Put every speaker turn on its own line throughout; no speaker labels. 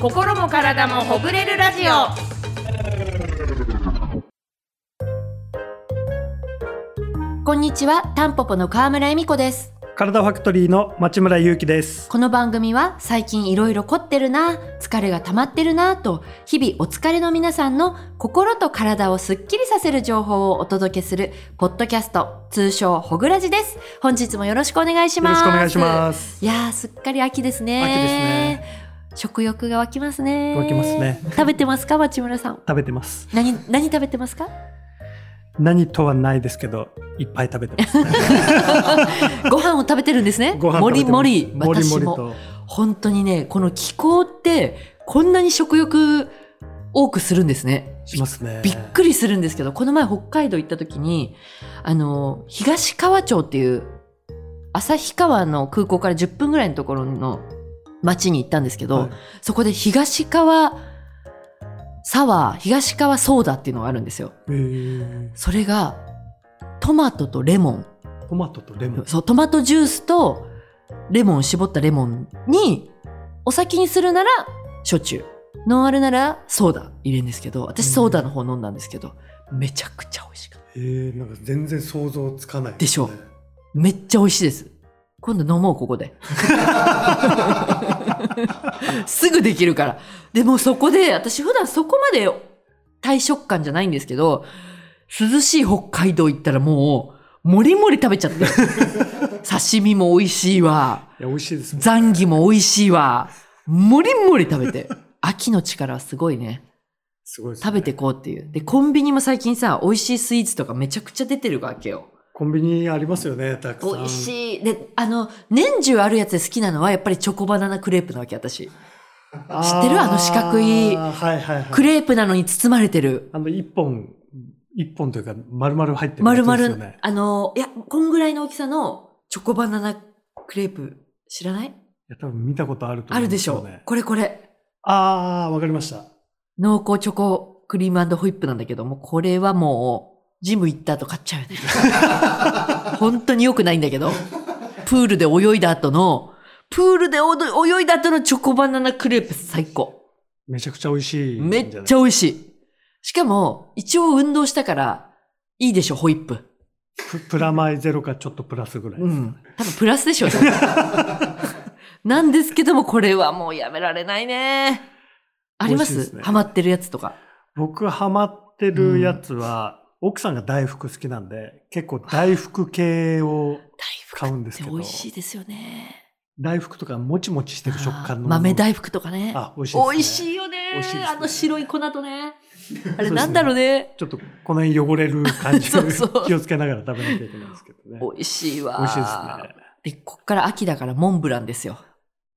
心も体もほぐれるラジオ
こんにちは、タンポポの川村恵美子です。
体ファクトリーの町村祐樹です。
この番組は最近いろいろ凝ってるな、疲れが溜まってるなと、日々お疲れの皆さんの心と体をすっきりさせる情報をお届けする、ポッドキャスト、通称ほぐらじです。本日もよろしくお願いし
よ
ま
ろ
す。
しくお願いします。
す。いやー、すっかり秋ですね。
秋ですね。
食欲が湧きますね。
湧きますね。
食べてますか、町村さん。
食べてます。
何、何食べてますか
何とはないですけど、いっぱい食べてます。
ご飯を食べてるんですね。
ご飯
も
食べ
り
てます。
もり、
もりも
私
り
も。
と。
本当にねこの気候ってこんなに食欲多くするんですね
しますね。
びっくりするんですけどこの前北海道行った時にあの東川町っていう旭川の空港から10分ぐらいのところの町に行ったんですけど、
はい
そこで東川サワー東川ソーダっていうのがあるんですよ
えー
それがトマトとレモン
トマトとレモン。
そう、トマトジュースとレモン、絞ったレモンに、お酒にするなら、焼酎。ノンアルなら、ソーダ入れるんですけど、私
うん
ソーダの方飲んだんですけど、めちゃくちゃ美味しかった。
えー、なんか全然想像つかないすね、
でしょめっちゃ美味しいです。今度飲もう、ここで。すぐできるから。でもそこで、私普段そこまで大食感じゃないんですけど、涼しい北海道行ったらもう、もりもり食べちゃって。刺身も美味しいわ。
いや、美味しいですね。
ザンギも美味しいわ。もりもり食べて。秋の力はすごいね。
すごいです、ね。
食べてこうっていう。で、コンビニも最近さ、美味しいスイーツとかめちゃくちゃ出てるわけよ。
コンビニありますよね、たくさん。
美味しい。で、あの、年中あるやつで好きなのはやっぱりチョコバナナクレープなわけ、私。
ー。
知ってるあの四角い
はいはいはい。
クレープなのに包まれてる。
あの、一本、一本というか、丸々入ってる
丸
やつですよ
々
ね。、
あの、いや、こんぐらいの大きさのチョコバナナクレープ、知らない
いや、多分見たことあると思
あ
うん
るですし
よ
ょ
ね。。
これこれ。
あー、わかりました。
濃厚チョコクリームホイップなんだけども、これはもう、ジム行った後買っちゃうよね。 本当に良くないんだけど、プールで泳いだ後の、プールでおど泳いだ後のチョコバナナクレープ最高。
めちゃくちゃ美味しいんじ
め
ゃな
っ
い。
ちゃ美味しい。しかも、一応運動したから、いいでしょ、ホイップ。
ププラマイゼロかちょっとプラスぐらい。
うん。多分プラスでしょ うね。なんですけども、これはもうやめられないね。ありま
美味しい
す
ですね
ハマってるやつとか。
僕ハマってるやつは、奥さんが大福好きなんで、結構大福系を買うんですけ
大
ど
福って美味しいですよね。
大福とかもちもちしてる食感の。
あー豆大福とかね
あ、美味しいです、ね。
美味しいよね
美味しいですね
あの白い粉とねあ
で
れ
すね
なんだろうね
ちょっとこの辺汚れる感 じ
そうそう
気をつけながら食べなきゃいけないんですけどね。
美味しいわ
美味しいですね。
ねでこっから秋だからモンブランですよ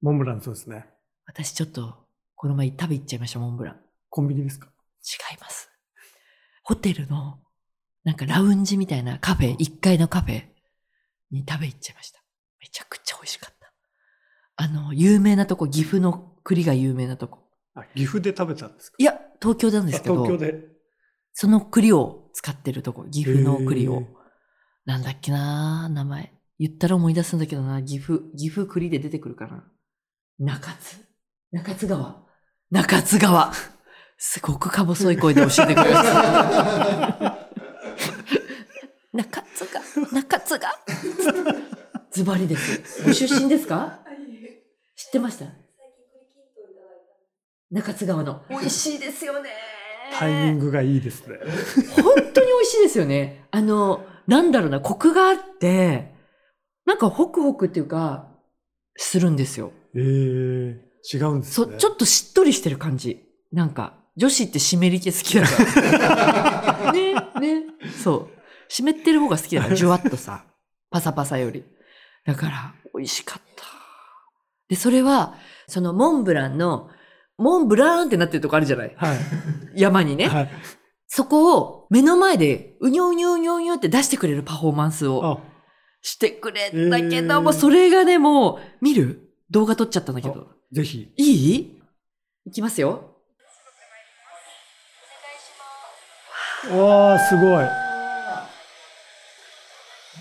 モンブランそうですね。
私ちょっとこの前食べ行っちゃいましたモンブラン違
コンビニですか
いますホテルのなんかラウンジみたいなカフェ1階のカフェに食べ行っちゃいましためちゃくちゃ美味しかったあの有名なとこ岐阜の栗が有名なとこ
あ、岐阜で食べたんですか
いや東京なんですけ
あ
ど
東京で。
その栗を使ってるとこ、岐阜の栗
へ
を
ー。
なんだっけな名前。言ったら思い出すんだけどな岐阜、岐阜栗で出てくるかな。中津。中津川。中津川。すごくか細い声で教えてくれ ます。中津川。中津川。ズバリです。ご出身ですか知ってました中津川の。美味しいですよね。
タイミングがいいですね。
本当に美味しいですよね。あの、なんだろうな、コクがあって、なんかホクホクっていうか、するんですよ。
えー、違うんです
そ、
ね。
ちょっとしっとりしてる感じ。なんか、女子って湿り気好きだ から。ね、ね。そう。湿ってる方が好きだから、じゅわっとさ、パサパサより。だから、美味しかった。で、それは、そのモンブランの、モンブラーンってなってるとこあるじゃない
はい。
山にね。
はい。
そこを目の前でうにょうにょうにょうにょって出してくれるパフォーマンスを
あ、
してくれんだけど、
えー
もうそれがね、もう見る動画撮っちゃったんだけど。
ぜひ。
いいいきますよ。
わあすごい。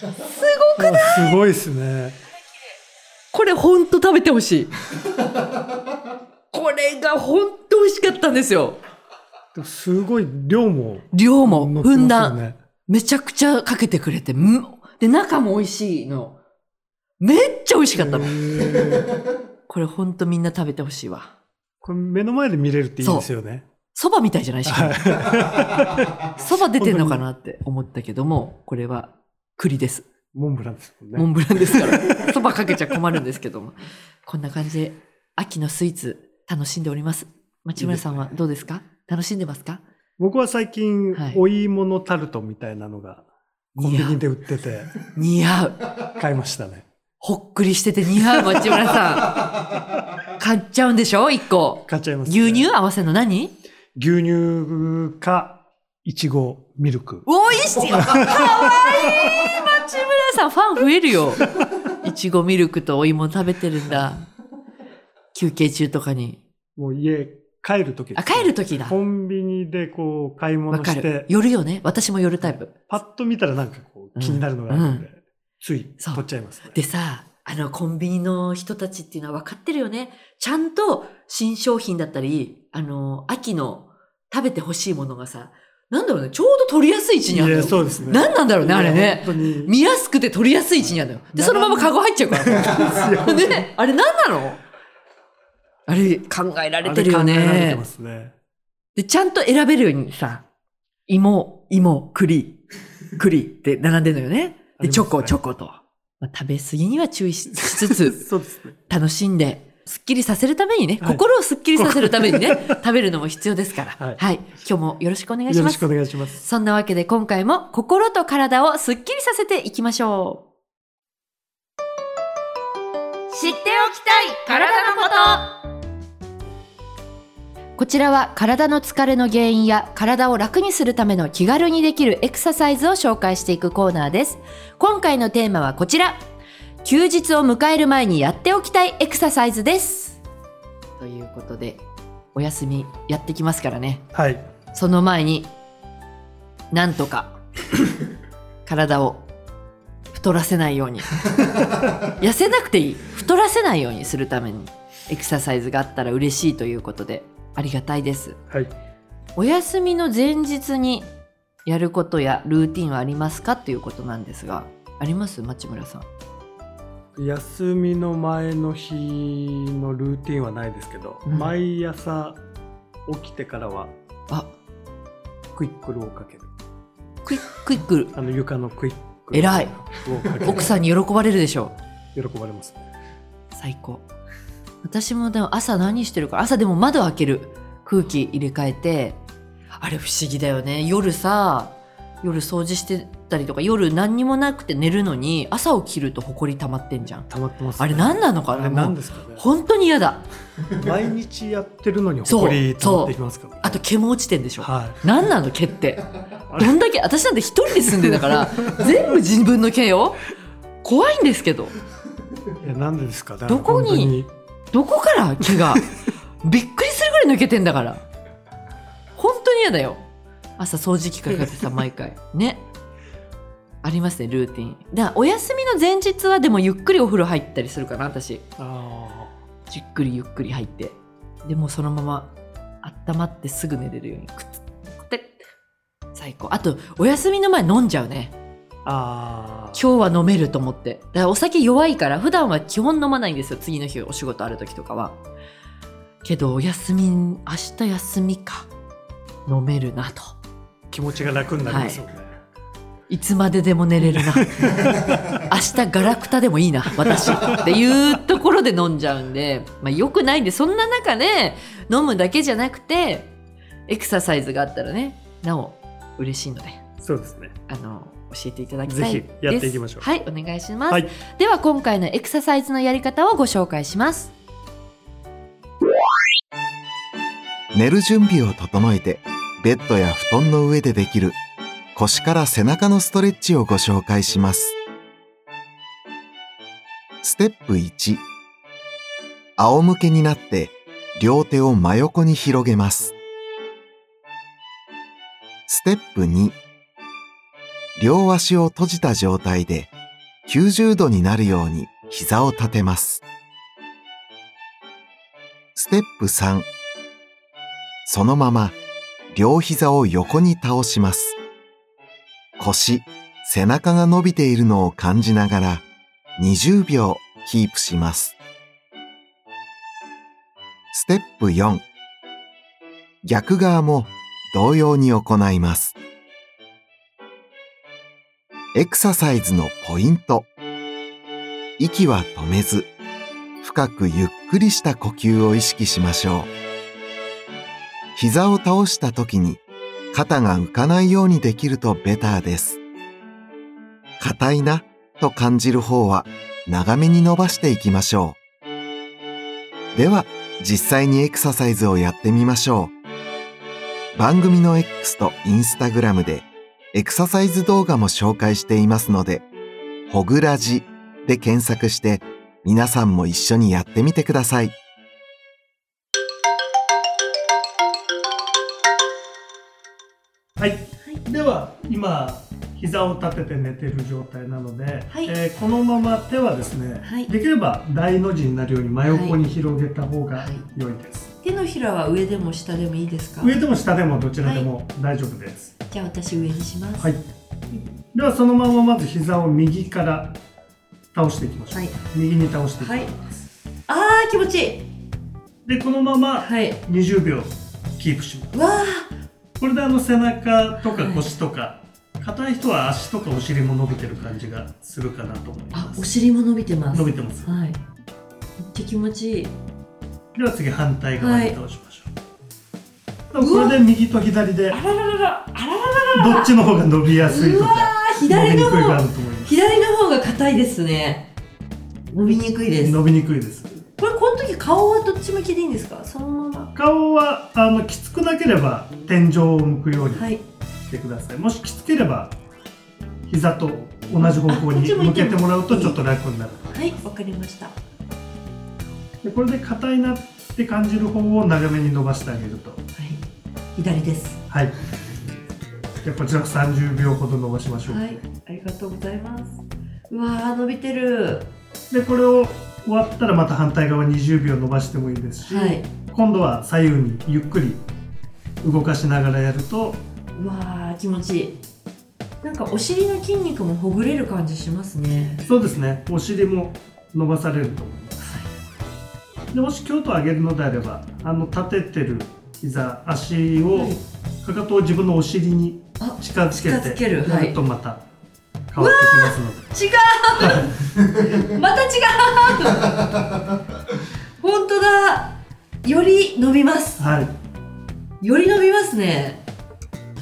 すごくない？すごいですね。
これほんと食べてほしい。これが本当美味しかったんですよ。
でもすごい量も
量も
乗って
ふん
ま
だ
すよ
ん。
ね。
めちゃくちゃかけてくれて、んで、中も美味しいの。めっちゃ美味しかったの。これほんとみんな食べてほしいわ。
これ目の前で見れるっていいですよね。
そばみたいじゃないしかも。 そば出てんのかなって思ったけども、これは栗です。
モンブランですもんね。
モンブランですから。そばかけちゃ困るんですけども。こんな感じで、秋のスイーツ楽しんでおります。町村さんはどうですか楽しんでますか
僕は最近、
はい
お芋のタルトみたいなのがコンビニで売ってて
似合う。
買いましたね。
ほっくりしてて似合う、町村さ ん。買っちゃうんでしょ一個。
買っちゃいます、ね。
牛乳合わせの何
牛乳か、いちご、ミルク。
おいしいかわいい町村さんファン増えるよいちごミルクとお芋食べてるんだ休憩中とかに
もう家帰るとき、
あ帰る時だ
コンビニでこう買い
わ
物
か
し
る
て、
寄るよね私も寄るタイプ
パッと見たらなんかこう気になるのがあるんで、つい
そう
取っちゃいますね、
でさあのコンビニの人たちっていうのは分かってるよねちゃんと新商品だったりあの秋の食べてほしいものがさなんだろうねちょうど取りやすい位置にあ
い
る
や、
のよ
そうですね。
何なんだろうねあれね
本当に。
見やすくて取りやすい位置にあるのよ。で、そのままカゴ入っちゃう から。ね、あれ何なのあれ考えられてるよ
あれ考えられて
ね
ま。すね。
で、ちゃんと選べるようにさ、芋、芋、栗、栗って並んでるのよね。
あります
で、
ね
チョコ、チョコと。まあ食べ過ぎには注意しつ つ、
そうですね。
楽しんで、すっきりさせるためにね、
はい
心をすっきりさせるためにね、 食べるのも必要ですから。
はい
はい。今日もよろしくお願いし
よろ
ま
し
す
く。お願いします。
そんなわけで今回も心と体をすっきりさせていきましょう。
知っておきたい体のこと
こちらは体の疲れの原因や体を楽にするための気軽にできるエクササイズを紹介していくコーナーです。今回のテーマはこちら。休日を迎える前にやっておきたいエクササイズです。ということで、お休みやってきますからね。
はい。
その前に、なんとか、体を太らせないように。痩せなくていい。太らせないようにするために、エクササイズがあったら嬉しいということで、ありがたいです。
はい。
お休みの前日にやることやルーティンはありますかということなんですが、あります町村さん。
休みの前の日のルーティンはないですけど、
うん
毎朝起きてからは
あ、
クイックルをかける
クイックイックル。
あの床のクイックル
偉い。
をかける
奥さんに喜ばれるでしょう。
喜ばれますね
最高私もでも朝何してるか朝でも窓開ける空気入れ替えてあれ不思議だよね夜さ夜掃除してたりとか夜何にもなくて寝るのに朝起きると埃溜まってんじゃん
溜まってます、ね、
あれ何なのかな
あれ何
も
ですかね
う本当に嫌だ
毎日やってるのに
そう
ほこり溜まってきますからね
あと毛も落ちてんでしょ
は
何なの毛って
あれ
どんだけ私なんて一人で住んでたから全部自分の毛よ怖いんですけど
いいやなんでですかね
どこに
本当に
どこから毛がびっくりするぐらい抜けてんだから本当に嫌だよ朝掃除機かけてさ毎回ねありますねルーティンだからお休みの前日はでもゆっくりお風呂入ったりするかな私
あ
じっくりゆっくり入ってでもうそのまま温まってすぐ寝れるようにくつって最高あとお休みの前飲んじゃうね
ーあー
今日は飲めると思ってだからお酒弱いから普段は基本飲まないんですよ次の日お仕事ある時とかはけどお休み明日休みか飲めるなと
気持ちが楽になりますよね、
いつまででも寝れるな明日ガラクタでもいいな私っていうところで飲んじゃうんで、まあ、よくないんでそんな中で飲むだけじゃなくてエクササイズがあったらねなお嬉しいので
そうですね
あの教えていただきたい
ぜ
です
ひやっていきましょう
はいお願いします、
はい
では今回のエクササイズのやり方をご紹介します
寝る準備を整えてベッドや布団の上でできる腰から背中のストレッチをご紹介しますステップ1仰向けになって両手を真横に広げますステップ2両足を閉じた状態で90度になるように膝を立てますスステップ3そのまま両膝を横に倒します腰背中が伸びているのを感じながら20秒キープしますステップ4逆側も同様に行いますエクササイズのポイント息は止めず深くゆっくりした呼吸を意識しましょう膝を倒した時に肩が浮かないようにできるとベターです硬いなと感じる方は長めに伸ばしていきましょうでは実際にエクササイズをやってみましょう番組の X と Instagram でエクササイズ動画も紹介していますので「ほぐらじ」で検索して皆さんも一緒にやってみてください
はい、では今膝を立てて寝てる状態なので、
はい
えーこのまま手はですね、
はい
できれば大の字になるように真横に広げた方が良いです、
手のひらは上でも下でもいいですか
上でも下でもどちらでも大丈夫です、
じゃあ私上にします
はいではそのまままず膝を右から倒していきましょう、
はい
右に倒していきます、
はいあー気持ちいい
でこのまま
はい
20秒キープします
わ
これであの背中とか腰とか、硬い人は足とかお尻も伸びてる感じがするかなと思い
ーあ
ま
お
す
尻も伸びてます
伸びてます
はいめっちゃ気持ちいい
では次反対側に倒しましょう、
うわ
これで右と左で
あららららあららら
どっちの方が伸びやすいと
うわ
か
ー
伸び
左
に
の
くいがあ
方
ると思います
左の方が硬いですね伸びにくいです
伸びにくいです
これこの時顔はどっち向きでいいんですかそのまま
顔はあのきつくなければ天井を向くように
はい
してください、もしきつければ膝と同じ方向に
あこっち向
向
いて
け
も
てもらうとちょっと楽になる
はいわかりました
でこれで硬いなって感じる方を長めに伸ばしてあげると
はい、左です。
はいじゃあこちら30秒ほど伸ばしましょう、
はい、ありがとうございます。うわー、伸びてる。
でこれを終わったらまた反対側20秒伸ばしてもいいですし、
はい、
今度は左右にゆっくり動かしながらやると
うわー、気持ちいい。なんかお尻の筋肉もほぐれる感じしますね。
そうですねお尻も伸ばされると思いますでもし京都上げるのであればあの立ててる膝足を、
はい
かかとを自分のお尻に
あ、
近づ
近づ
け
け
て
る
や
はい
るとまた変わってきますの で、
違う。また違う。本当だ。より伸びます。
はい
より伸びますね。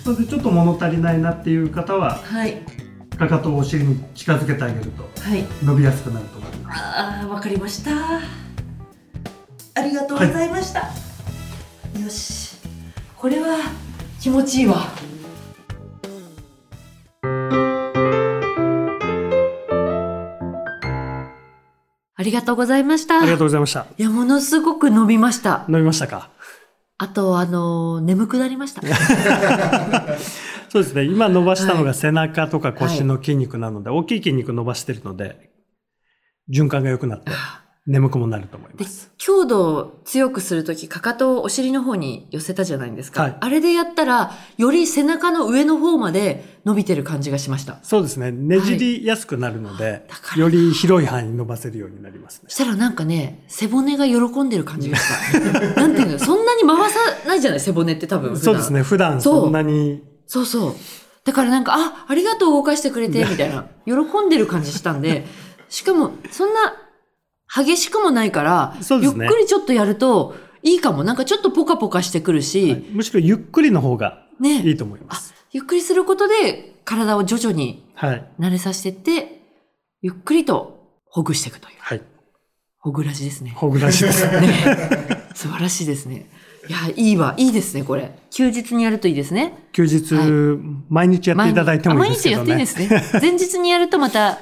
それでちょっと物足りないなっていう方は
はい、
かかとをお尻に近づけてあげると
はい。
伸びやすくなると思います
ああ、わかりました。ありがとうございました。よし、これは気持ちいいわ。ありがとうございました。
とうございました
いや、ものすごく伸びました。
伸びましたか
あと、あのー眠くなりました。
そうですね今伸ばしたの
は
が
い
背中とか腰の筋肉なので、大きい筋肉伸ばしてるので循環が良くなって眠くもなると思い
で
ます
強度を強くするとき、かかとをお尻の方に寄せたじゃないですか。
はい
あれでやったら、より背中の上の方まで伸びてる感じがしました。
そうですねねじりやすくなるので、
だから
より広い範囲に伸ばせるようになりますね
そしたらなんかね、背骨が喜んでる感じがした。 なんていうの、そんなに回さないじゃない、背骨って多分。普段
そうです。ね普段
そう
そんなに
そうそう。だからなんか、あ、ありがとう動かしてくれ て、みたいな。喜んでる感じしたんで、しかも、そんな、激しくもないから、
そうで
ゆっ
すね
くりちょっとやると、いいかも。なんかちょっとポカポカしてくるし、
むしろゆっくりの方が
ね
いいと思います、
ゆっくりすることで体を徐々に
はい
慣れさせてって、ゆっくりとほぐしていくという。
はい
ほぐらしですね。
ほぐらしい です
ね素晴らしいですね。いや、いいわ。いいですね、これ。休日にやるといいですね。
休日、毎日やっていただいてもいいですけどね
毎日あ毎日やっていいですね。前日にやるとまた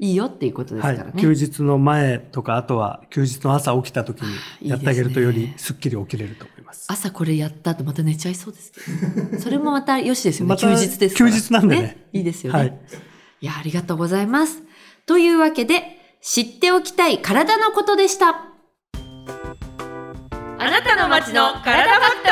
いいよっていうことですか
は
らね
い。、休日の前とかあとは休日の朝起きた時にやってあげると
いい
よ
ですね
りすっきり起きれると思います。
朝これやった後また寝ちゃいそうですけ ど。それもまたよしですよね。
また
休日ですから
休日なんでね
いいですよね。
はいい、
や、ありがとうございます。というわけで、知っておきたい体のことでした。
ああなたの街の体ファク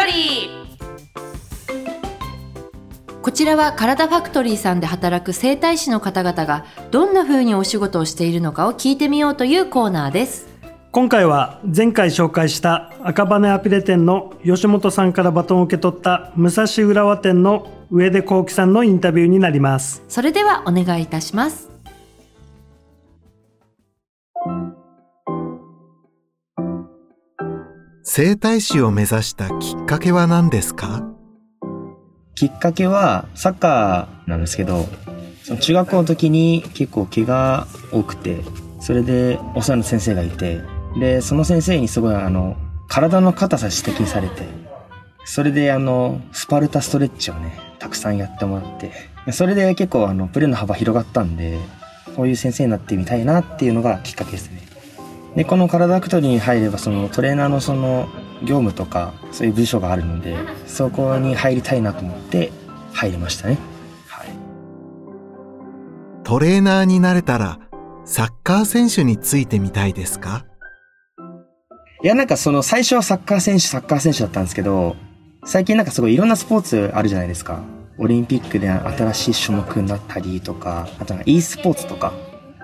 トリー
こちらは体ファクトリーさんで働く整体師の方々がどんな風にお仕事をしているのかを聞いてみようというコーナーです。
今回は前回紹介した赤羽アピレ店の吉本さんからバトンを受け取った武蔵浦和店の上出幸喜さんのインタビューになります
それではお願いいたします。
整体師を目指したきっかけは何ですか
きっかけはサッカーなんですけどその中学校の時に結構毛が多くてそれでお世話の先生がいてでその先生にすごいあの体の硬さ指摘されてそれであのスパルタストレッチをねたくさんやってもらってそれで結構あのプレーの幅広がったんでこういう先生になってみたいなっていうのがきっかけですねでこの体アクトリーに入ればそのトレーナーのその業務とかそういう部署があるのでそこに入りたいなと思って入りましたねはい
トレーナーになれたらサッカー選手についてみたいですか
いや、なんかその最初はサッカー選手、サッカー選手だったんですけど、最近なんかすごいいろんなスポーツあるじゃないですか。オリンピックで新しい種目になったりとか、あとなんか e スポーツとか、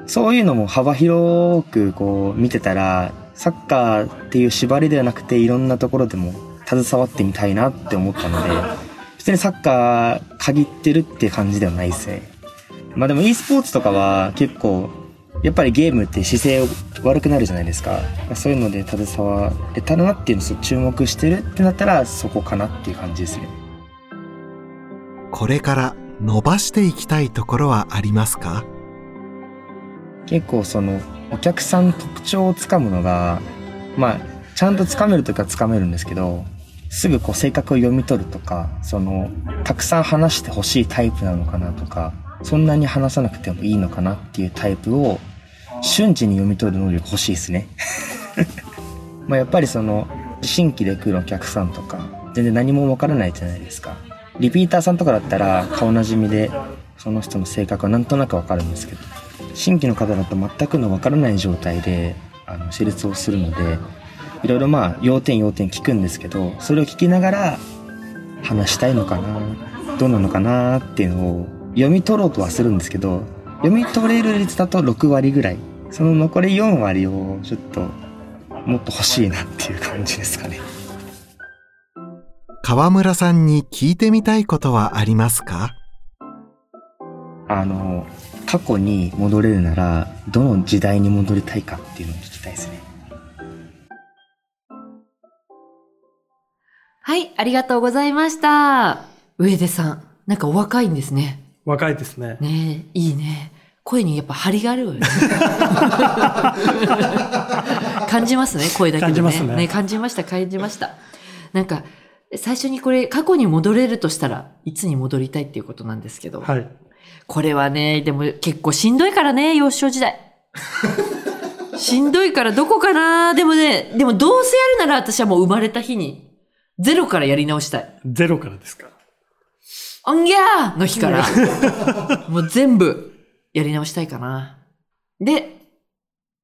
そういうのも幅広くこう見てたら、サッカーっていう縛りではなくていろんなところでも携わってみたいなって思ったので、普通にサッカー限ってるっていう感じではないですね。まあでも e スポーツとかは結構やっぱりゲームって姿勢悪くなるじゃないですかそういうので携われたらなっていうのを注目してるってなったらそこかなっていう感じですね
これから伸ばしていきたいところはありますか
結構そのお客さんの特徴をつかむのがまあちゃんとつかめるときはつかめるんですけどすぐこう性格を読み取るとかそのたくさん話してほしいタイプなのかなとかそんなに話さなくてもいいのかなっていうタイプを瞬時に読み取る能力欲しいですねまあやっぱりその新規で来るお客さんとか全然何もわからないじゃないですかリピーターさんとかだったら顔なじみでその人の性格はなんとなくわかるんですけど新規の方だと全くのわからない状態であの施術をするのでいろいろまあ要点要点聞くんですけどそれを聞きながら話したいのかなどうなのかなっていうのを読み取ろうとはするんですけど読み取れる率だと6割ぐらいその残り4割をちょっともっと欲しいなっていう感じですかね。
川村さんに聞いてみたいことはありますか
あの過去に戻れるならどの時代に戻りたいかっていうのを聞きたいですね。
はい、ありがとうございました。上出さん、なんかお若いんですね。
若いですね
ねえ、いいね。声にやっぱ張りがあるわよね。 感じますね、声だけで、ね。
感じますね
感じました、感じました。なんか、最初にこれ、過去に戻れるとしたらいつに戻りたいっていうことなんですけど、
はい
これはね、でも結構しんどいからね、幼少時 代。しんどいからどこかなでもね、でもどうせやるなら私はもう生まれた日に、ゼロからやり直したい。
ゼロからですか
おんぎゃーの日から、 もう全部やり直したいかな。で、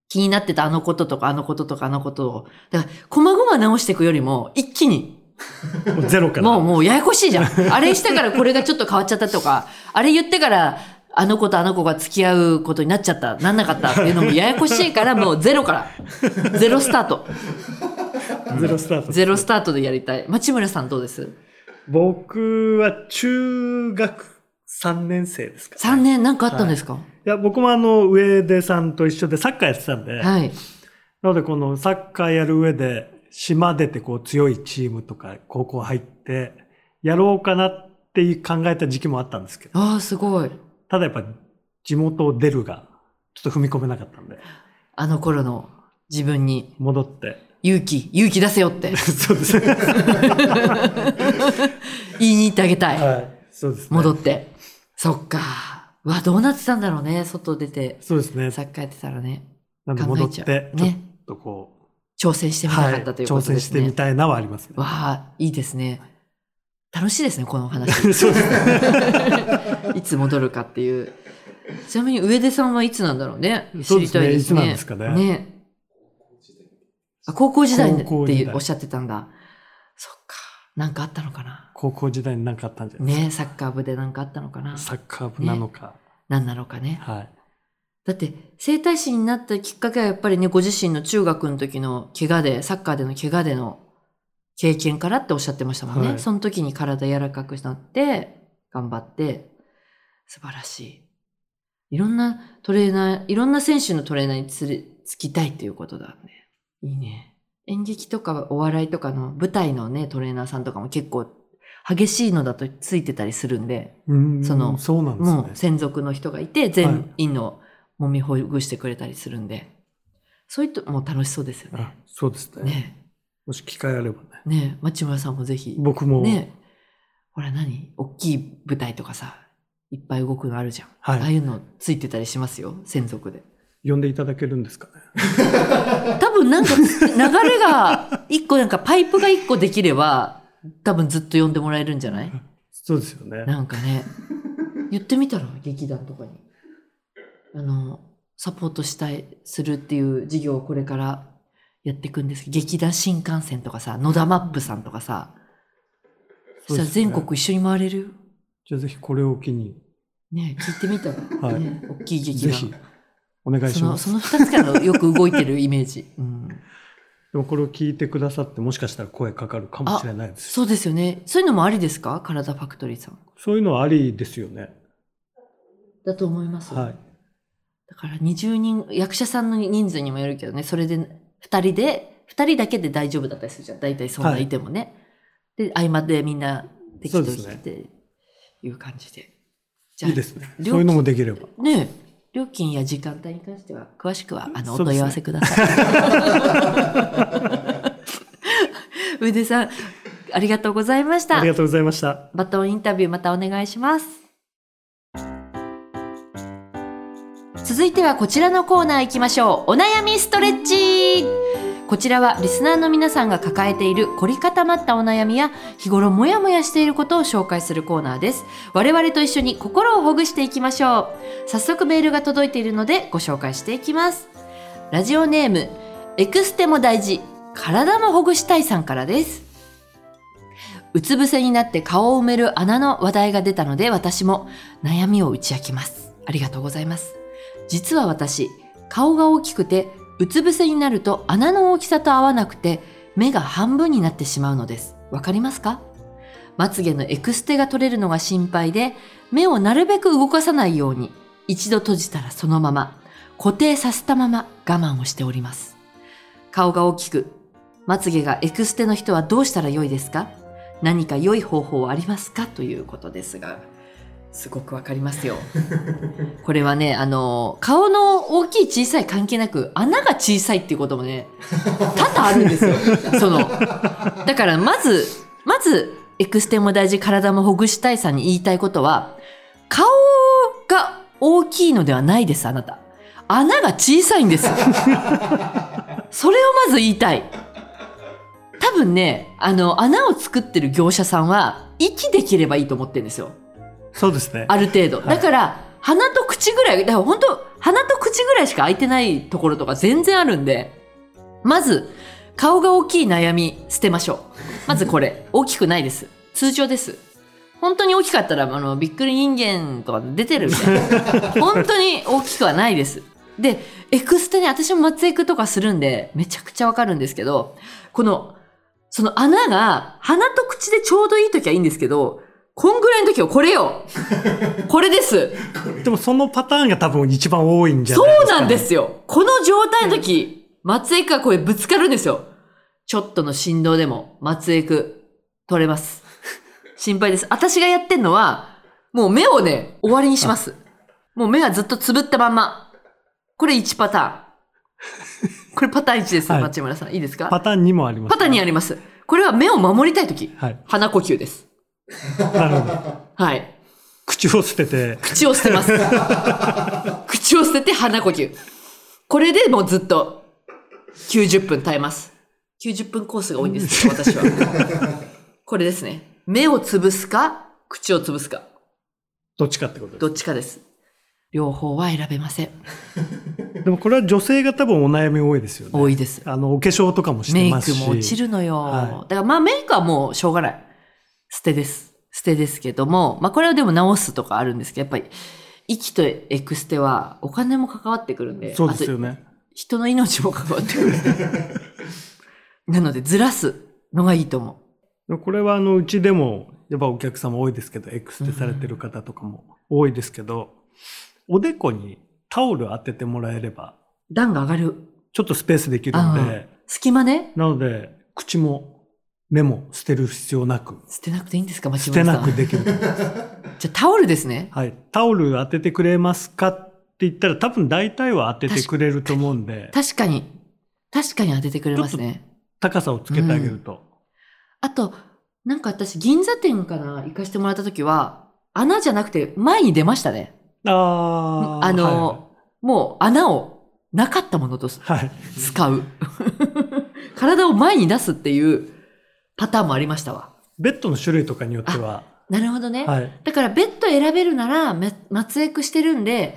気になってたあのこととかあのこととかあのことを、だから、こまごま直していくよりも、一気に、
もうゼロから
もうもうややこしいじゃん。あれしたからこれがちょっと変わっちゃったとか、あれ言ってから、あの子とあの子が付き合うことになっちゃった、なんなかったっていうのもややこしいから、もうゼロから。ゼロスタート。
ゼロスタート
ゼロスタートでやりたい。町村さんどうです
僕は中学3年生ですか
?3 年なんかあったんですか、
いや僕もあの上出さんと一緒でサッカーやってたんで、
はい。
なのでこのサッカーやる上で島出てこう強いチームとか高校入ってやろうかなっていう考えた時期もあったんですけど
ああ、すごい。
ただやっぱ地元を出るがちょっと踏み込めなかったんで
あの頃の自分に
戻って
勇気、勇気出せよって
そう ですね
言いに行ってあげたい。
はいそうですね
戻って。そっか。うわ、どうなってたんだろうね。外出て、
そうですね
サッカーやってたらね。
なんで
考
戻
え
っ
ち
て
ゃう。
ちょっ
ね。
とこう、
挑戦してみたかったというこ
挑
とで
戦し
す
て
ね。
みたいなはありますね
わあ、いいですね。楽しいですね、このお話。
そうですね
いつ戻るかっていう。ちなみに上出さんはいつなんだろうね。
そ
知
うで
り
す
た
ね
いですね。
いつなんですかね
ねあ高校時代って
高校時代
おっしゃってたんだ。そっか。なんかあったのかな。
高校時代になんかあったんじゃないですか。
ねサッカー部でなんかあったのかな。
サッカー部なのか。
なんなのかね。
はい。
だって、整体師になったきっかけはやっぱりね、ご自身の中学の時の怪我で、サッカーでの怪我での経験からっておっしゃってましたもんね。
はい
その時に体柔らかくなって、頑張って、素晴らしい。いろんなトレーナー、いろんな選手のトレーナーにつれつきたいということだね。いいね。演劇とかお笑いとかの舞台のね、トレーナーさんとかも結構激しいのだとついてたりするんで、
うーん
その
そうなんですね。
もう専属の人がいて全員の揉みほぐしてくれたりするんで、そういったもう楽しそうですよ
あ
ね。
そうですね
ね
もし機会あればね。
えねえ町村さんもぜひ
僕も、
ねえほら何大きい舞台とかさいっぱい動くのあるじゃん、ああ
はいい。
うのついてたりしますよ専属で
呼んでいただけるんですかね。
多分なんか 流れが一個なんかパイプが一個できれば多分ずっと呼んでもらえるんじゃない
そうですよね。
なんかね、言ってみたら劇団とかに。あの、サポートしたい、するっていう事業をこれからやっていくんですけど、劇団新幹線とかさ、野田マップさんとかさ、そ
そ
したら
うですね
全国一緒に回れるよ。
じゃあぜひこれを機に、
ねえ聞いてみたら、
はい
ねえ大きい劇
ぜひ
団。
お願い
そ
し
の、
ます
そ。の二つからよく動いてるイメージ。 うん
でもこれを聞いてくださって、もしかしたら声かかるかもしれないです。
そうですよね。そういうのもありですか体ファクトリーさん。
そういうのはありですよね。
だと思います。
はい。
だから20人、役者さんの人数にもよるけどね、それで2人で、2人だけで大丈夫だったりするじゃん。大体そんないてもね。で、合間でみんな適当に
そう
来
です
て、いう感じで。じ
いいですね。
料金
そういうのもできれば。
ねえ料金や時間帯に関しては、詳しくは、あの、お
そうで
問
すね
い合わせください。上 田さん、ありがとうございました
あり。がとうございました。
バトンインタビューまたお願いします。続いてはこちらのコーナー行きましょう。お悩みストレッチこちらはリスナーの皆さんが抱えている凝り固まったお悩みや日頃モヤモヤしていることを紹介するコーナーです。我々と一緒に心をほぐしていきましょう。早速メールが届いているのでご紹介していきます。ラジオネーム、エクステも大事、体もほぐしたいさんからです。うつ伏せになって顔を埋める穴の話題が出たので私も悩みを打ち明けます。ありがとうございます。実は私、顔が大きくてうつ伏せになると穴の大きさと合わなくて目が半分になってしまうのです。わかりますかまつげのエクステが取れるのが心配で目をなるべく動かさないように一度閉じたらそのまま固定させたまま我慢をしております。顔が大きく、まつげがエクステの人はどうしたらよいですか何か良い方法はありますかということですがすごくわかりますよ これはねあの顔の大きい小さい関係なく穴が小さいっていうこともね多々あるんですよそのだからまずまずエクステも大事体もほぐしたいさんに言いたいことは顔が大きいのではないですあなた穴が小さいんですそれをまず言いたい多分ねあの穴を作ってる業者さんは息できればいいと思ってるんですよ
そうですね。
ある程度
はい
だから、鼻と口ぐらいだから本当鼻と口ぐらいしか開いてないところとか全然あるんでまず顔が大きい悩み捨てましょうまずこ れ大きくないです通常です本当に大きかったらあのびっくり人間とか出てるみたい な本当に大きくはないですでエクステね私も松江区とかするんでめちゃくちゃわかるんですけどこのその穴が鼻と口でちょうどいい時はいいんですけどこんぐらいの時はこれよこれです。
でもそのパターンが多分一番多いんじゃ
そ
ないう
なんですよ。この状態の時、松江区がこれぶつかるんですよ。ちょっとの振動でも松江区取れます。心配です。私がやってんのは、もう目をね、終わりにします。もう目がずっとつぶったまんま。これ1パターン。これパターン1です、
はい
町村さん。いいですか
パターンにもあります、
パターンにあります。これは目を守りたい時。
はい。
鼻呼吸です。
なるほど。
はい。
口を捨てて、
口を捨て ます。口を捨てて鼻呼吸。これでもうずっと90分耐えます。90分コースが多いんですけど、私は。これですね。目をつぶすか、口をつぶすか。
どっちかってことです。
どっちかです。両方は選べません。
でもこれは女性が多分お悩み多いですよね。
多いです。
あの、お化粧とかもし
メ
て
イ
ます
ク
し。
も落ちるのよ。
は
だからまあメイクはもうしょうがない。捨てです。捨てですけども、まあこれはでも直すとかあるんですけど、やっぱり、息とエクステはお金も関わってくるんで、
そうです
あ
よ
と
ね。
人の命も関わってくるんで。 なのでずらすのがいいと思
でもこれはあの、うちでも、やっぱお客様多いですけど、エクステされてる方とかも多いですけど、おでこにタオル当ててもらえれば、
う。段が上がる。
ちょっとスペースできるので、
隙間ね。
なので、口も目も捨てる必要なく、
捨てなくていいんですか、町
捨
村
て
さん。
なくで きる。
じゃあタオルですね。
はい。タオル当ててくれますかって言ったら、多分大体は当ててくれると思うんで、
確かに。確かに当ててくれますね。
高さをつけてあげると。
あと、なんか私、銀座店かな、行かしてもらった時は、穴じゃなくて前に出ましたね。
あー
あの、もう穴をなかったものとす
はいはい。
使う。 体を前に出すっていうパターンもありましたわ。
ベッドの種類とかによっては、
なるほどね。
はい。
だからベッド選べるなら、め松エクしてるんで、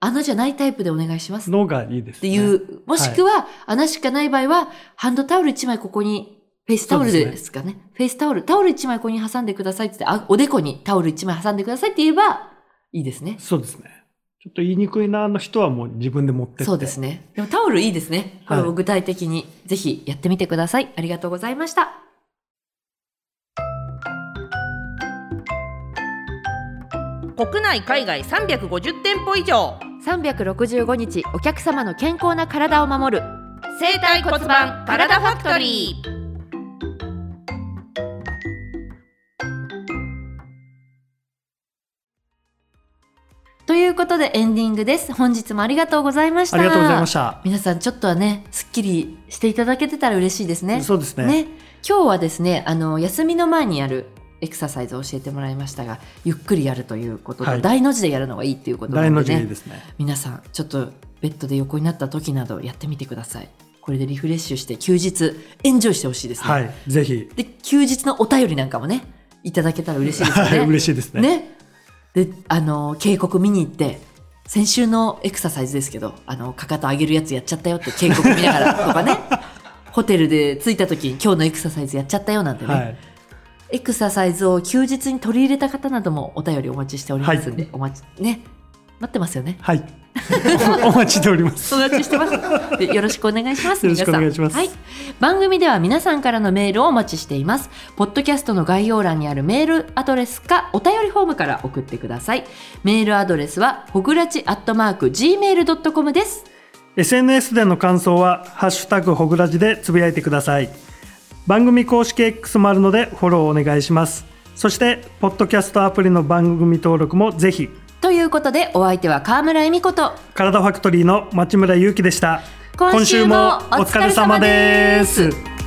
穴じゃないタイプでお願いします。っ
のがいいです、
て
ね。
いう、もしくは、穴しかない場合は、ハンドタオル1枚ここに、フェイスタオル
そうですね
ですかね。フェイスタオル、タオル1枚ここに挟んでくださいって言って、あ、おでこにタオル1枚挟んでくださいって言えば、いいですね。
そうですね。ちょっと言いにくいなの人はもう自分で持ってって。
そうですね。でもタオルいいですね。こ
はい
れを具体的に、ぜひやってみてください。ありがとうございました。
国内海外350店舗以上
365日、お客様の健康な体を守る。
生体骨盤カラダファクトリー
ということでエンディングです。本日もありがとうございました。
ありがとうございました。
皆さんちょっとはね、すっきりしていただけてたら嬉しいですね。
そうですね。
ね今日はですね、あの、休みの前にやるエクササイズを教えてもらいましたが、ゆっくりやるということと、
はい
大の字でやるのがいいっていうことな
大
ん
の
で
字
ね。
いいですね。
皆さんちょっとベッドで横になった時などやってみてくださいこれでリフレッシュして休日エンジョイしてほしいですね、
はい。ぜひ。
で休日のお便りなんかもねいただけたら嬉しいですよ
はい。
ね
嬉しいですね。
ねであの警告見に行って先週のエクササイズですけどあのかかと上げるやつやっちゃったよって警告見なが らとかねホテルで着いた時に今日のエクササイズやっちゃったよなんてね、
はい。
エクササイズを休日に取り入れた方などもお便りお待ちしておりますんで、
はい
お待ちね待ってますよね
はい。 お待ちしております。
友達して ます。でよろしくお願いします。
よろしくお願いしま
皆
す
さんはい。番組では皆さんからのメールをお待ちしています。ポッドキャストの概要欄にあるメールアドレスかお便りフォームから送ってください。メールアドレスはほぐらちアットマーク gmail.com です。
SNS での感想は、ハッシュタグほぐらじでつぶやいてください。番組公式 X もあるので、フォローお願いします。そして、ポッドキャストアプリの番組登録もぜひ、
ということでお相手は河村恵美子と
カラダファクトリーの町村祐樹でした。
今週もお疲れ様です
お疲れ様です